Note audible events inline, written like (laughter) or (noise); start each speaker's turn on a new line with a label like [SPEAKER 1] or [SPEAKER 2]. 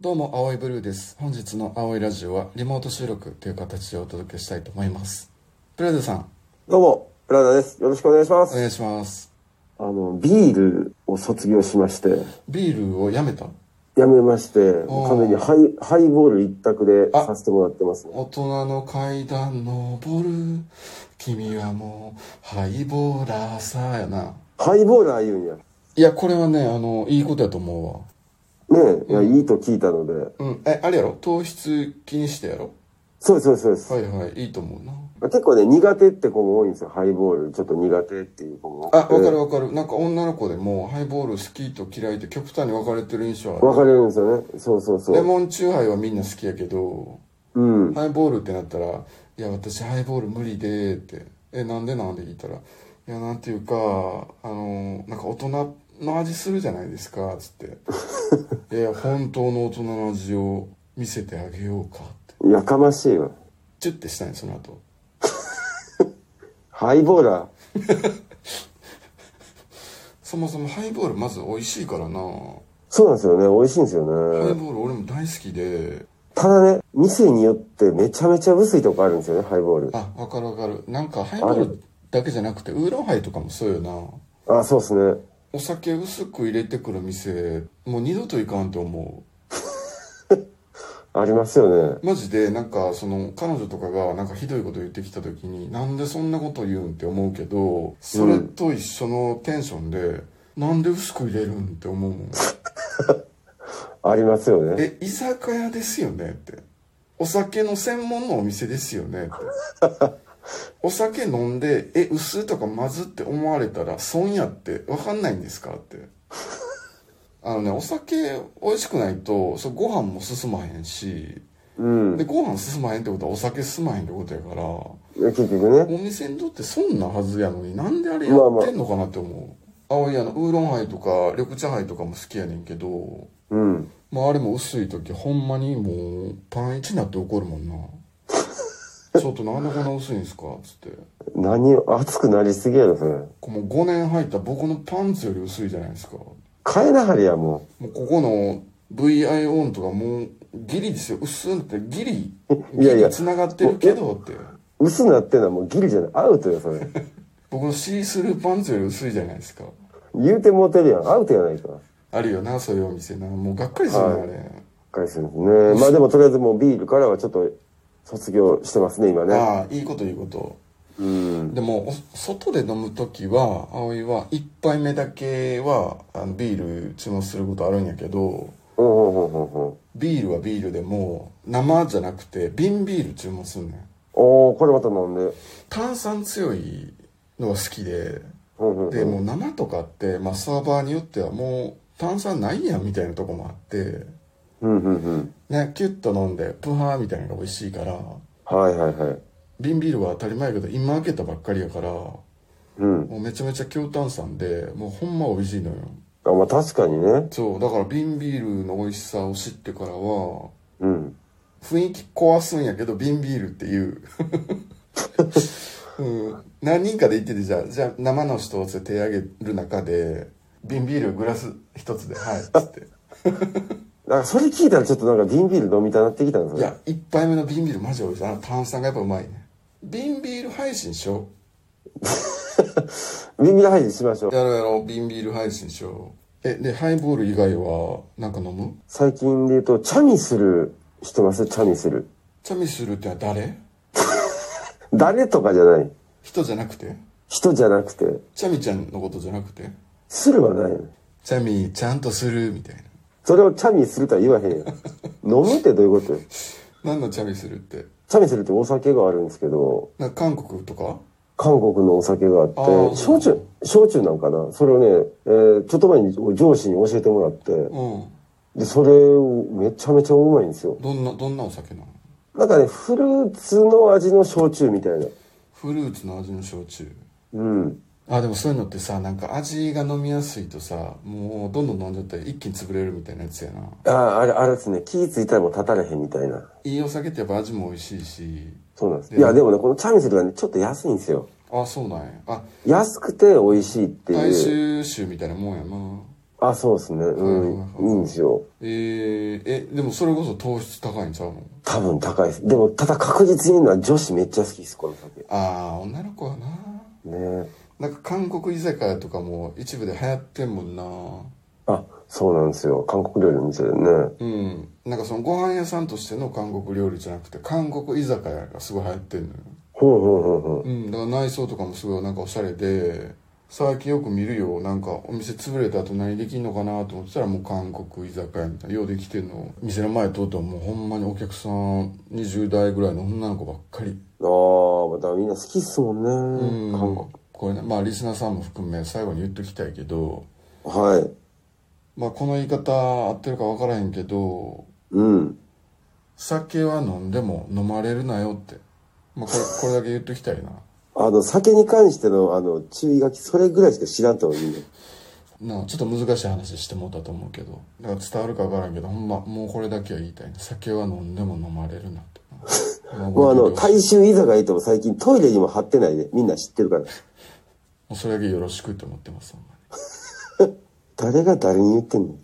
[SPEAKER 1] どうも、青いブルーです。本日の青いラジオはリモート収録という形でお届けしたいと思います。ブラザーさん。
[SPEAKER 2] どうも、ブラザーです。よろしくお願いします。
[SPEAKER 1] お願いします。
[SPEAKER 2] あの、ビールを卒業しまして。
[SPEAKER 1] ビールをやめた
[SPEAKER 2] やめまして、完全にハイハイボール一択でさせてもらってます、ね、
[SPEAKER 1] 大人の階段登る、君はもう、ハイボーラーさやな。
[SPEAKER 2] ハイボーラー言うんや。
[SPEAKER 1] いや、これはね、あの、いいことやと思うわ。
[SPEAKER 2] ねえ、うん、いや、いいと聞いたので。
[SPEAKER 1] うん。え、あれやろ糖質気にしてやろ
[SPEAKER 2] そうです、そうです、そうです。
[SPEAKER 1] はいはい、いいと思うな。
[SPEAKER 2] 結構ね、苦手って子も多いんですよ。ハイボール、ちょっと苦手っていう子も。
[SPEAKER 1] あ、わかるわかる。なんか女の子でも、ハイボール好きと嫌いで極端に分かれてる印象ある。
[SPEAKER 2] 分かれるんですよね。そうそうそう。
[SPEAKER 1] レモンチューハイはみんな好きやけど、
[SPEAKER 2] うん。
[SPEAKER 1] ハイボールってなったら、いや、私ハイボール無理で、って。え、なんでなんで言ったら、いや、なんていうか、あの、なんか大人の味するじゃないですか、つって。いやいや、本当の大人の味を見せてあげようかって。
[SPEAKER 2] やかましいわ。
[SPEAKER 1] チュッてしたいその後。
[SPEAKER 2] ハイボーラ
[SPEAKER 1] ー。そもそもハイボールまず美味しいからな
[SPEAKER 2] そうなんですよね、美味しいんですよね。
[SPEAKER 1] ハイボール俺も大好きで。
[SPEAKER 2] ただね、店によってめちゃめちゃ薄いとこあるんですよね、ハイボール。
[SPEAKER 1] あ、わかるわかる。なんかハイボールだけじゃなくて、ウーロンハイとかもそうよ
[SPEAKER 2] なあ、そうっすね。
[SPEAKER 1] お酒薄く入れてくる店もう二度と行かんと思
[SPEAKER 2] うありますよね
[SPEAKER 1] マジでなんかその彼女とかがなんかひどいこと言ってきた時になんでそんなこと言うんって思うけどそれと一緒のテンションで、うん、なんで薄く入れるんって思うもん
[SPEAKER 2] ありますよね
[SPEAKER 1] え居酒屋ですよねってお酒の専門のお店ですよねってお酒飲んで、え、薄とかまずって思われたら損やって分かんないんですかって。あのね、お酒美味しくないと、そご飯も進まへんし、
[SPEAKER 2] うん、
[SPEAKER 1] で、ご飯進まへんってことはお酒進まへんってことやから、
[SPEAKER 2] 結局ね。
[SPEAKER 1] お店にとって損なはずやのになんであれやってんのかなって思う。まあ、まあ、青いあの、ウーロンハイとか緑茶ハイとかも好きやねんけど、
[SPEAKER 2] うん。
[SPEAKER 1] まああれも薄い時ほんまにもうパンイチになって怒るもんな。ちょっとなんでこんな薄いんですかつって。
[SPEAKER 2] 何、熱くなりすぎやろ、それ。
[SPEAKER 1] この5年入った僕のパンツより薄いじゃないですか。
[SPEAKER 2] 変えなはりや、も
[SPEAKER 1] う。もうここの VI オンとかもうギリですよ。薄んってギリ。
[SPEAKER 2] (laughs) いやいや。
[SPEAKER 1] 繋がってるけどって。
[SPEAKER 2] 薄なってんのはもうギリじゃない。アウトよ、それ。 (laughs)
[SPEAKER 1] 僕のシースルーパンツより薄いじゃないですか。
[SPEAKER 2] 言うてもうてるやん。アウトやないか。
[SPEAKER 1] あるよな、そういうお店な。もうがっかりするな、はい、あれ。がっ
[SPEAKER 2] かりするね。まあでもとりあえずもうビールからはちょっと、卒業してますね今ね
[SPEAKER 1] ああいいこといいこと
[SPEAKER 2] うん
[SPEAKER 1] でも外で飲む時は葵は1杯目だけはあのビール注文することあるんやけどビールはビールでも生じゃなくて瓶ビール注文すんねん
[SPEAKER 2] おおこれまた飲んで
[SPEAKER 1] 炭酸強いのは好きで、
[SPEAKER 2] うんうんうん、
[SPEAKER 1] でも生とかって、まあ、サーバーによってはもう炭酸ないやんみたいなとこもあって
[SPEAKER 2] うんうんうん、
[SPEAKER 1] ね、キュッと飲んでプハーみたいなのが美味しいから
[SPEAKER 2] はいはいはい
[SPEAKER 1] 瓶ビールは当たり前やけど今開けたばっかりやから、
[SPEAKER 2] うん、
[SPEAKER 1] もうめちゃめちゃ強炭酸でもうほんま美味しいのよ
[SPEAKER 2] あまあ確かにね
[SPEAKER 1] そうだから瓶ビールの美味しさを知ってからは、
[SPEAKER 2] うん、
[SPEAKER 1] 雰囲気壊すんやけど瓶ビールっていう (laughs) うん、何人かで言っててじゃあじゃあ生の人を手挙げる中で瓶ビールグラス一つではいっつって
[SPEAKER 2] なんかそれ聞いたらちょっとなんか瓶ビール飲みたなってきたんです
[SPEAKER 1] よ。いや、一杯目の瓶ビールマジ美味しい。あの炭酸がやっぱうまいね。瓶ビール配信しよ
[SPEAKER 2] う。瓶ビール配信しましょう。
[SPEAKER 1] やろうやろう、瓶ビール配信しよう。え、で、ハイボール以外はなんか飲む
[SPEAKER 2] 最近で言うと、チャミする、知ってますチャミする。
[SPEAKER 1] チャミするって誰
[SPEAKER 2] 誰とかじゃない。
[SPEAKER 1] 人じゃなくて
[SPEAKER 2] 人じゃなくて。
[SPEAKER 1] チャミちゃんのことじゃなくて
[SPEAKER 2] するはない。
[SPEAKER 1] チャミちゃんとするみたいな。
[SPEAKER 2] それをチャミするとは言わへんよ飲むってどういうこと
[SPEAKER 1] 何のチャミするって
[SPEAKER 2] チャミするってお酒があるんですけど
[SPEAKER 1] 韓国とか
[SPEAKER 2] 韓国のお酒があって焼酎焼酎なんかなそれをね、えー、ちょっと前に上司に教えてもらって、
[SPEAKER 1] うん、
[SPEAKER 2] でそれをめちゃめちゃうまいんですよ
[SPEAKER 1] どんなどんなお酒なの
[SPEAKER 2] なんかねフルーツの味の焼酎みたいな
[SPEAKER 1] フルーツの味の焼酎
[SPEAKER 2] うん
[SPEAKER 1] あでもそういうのってさなんか味が飲みやすいとさもうどんどん飲んじゃったら一気に潰れるみたいなやつやな
[SPEAKER 2] ああれあれですね気ぃ付いたらもう立たれへんみたいない
[SPEAKER 1] いお酒ってやっぱ味も美味しいし
[SPEAKER 2] そうなんですいやでもねこのチャミスルがねちょっと安いんですよ
[SPEAKER 1] あそうなんやあ
[SPEAKER 2] 安くて美味しいっていう
[SPEAKER 1] 大衆酒みたいなもんやな
[SPEAKER 2] あ、そうですね。うん。いいんですよ。
[SPEAKER 1] えー、え、でもそれこそ糖質高いんちゃうの
[SPEAKER 2] 多分高いです。でも、ただ確実に言うのは女子めっちゃ好きです、この酒。
[SPEAKER 1] ああ、女の子はな。
[SPEAKER 2] ね
[SPEAKER 1] なんか韓国居酒屋とかも一部で流行ってんもんな。
[SPEAKER 2] あ、そうなんですよ。韓国料理の店でね。
[SPEAKER 1] うん。なんかそのご飯屋さんとしての韓国料理じゃなくて、韓国居酒屋がすごい流行ってんのよ。
[SPEAKER 2] ほうほうほうほ
[SPEAKER 1] うん、だから内装とかもすごいなんかおしゃれで最近よく見るよなんかお店潰れた後何できんのかなと思ってたらもう韓国居酒屋みたいなようできてんの店の前通ったらもうほんまにお客さん20代ぐらいの女の子ばっかり
[SPEAKER 2] う。ああ、またみんな好きっすもんね。
[SPEAKER 1] うん
[SPEAKER 2] 韓国。
[SPEAKER 1] これねまあリスナーさんも含め最後に言っときたいけど
[SPEAKER 2] はい。
[SPEAKER 1] まあこの言い方合ってるか分からへんけど
[SPEAKER 2] うん。
[SPEAKER 1] 酒は飲んでも飲まれるなよってまあこれこれだけ言っときたいな
[SPEAKER 2] あの、酒に関しての、あの、注意書き、それぐらいしか知らんとはいいね。
[SPEAKER 1] なあちょっと難しい話してもうたと思うけどだから伝わるか分からんけどほんまもうこれだけは言いたいね酒は飲んでも飲まれるなって
[SPEAKER 2] もうあ
[SPEAKER 1] 覚
[SPEAKER 2] の、
[SPEAKER 1] えておいてほしい
[SPEAKER 2] 大衆居酒屋行っても最近トイレにも貼ってないで、みんな知ってるから。
[SPEAKER 1] もうそれだけよろしくって思ってますほんまに
[SPEAKER 2] 誰が誰に言ってんの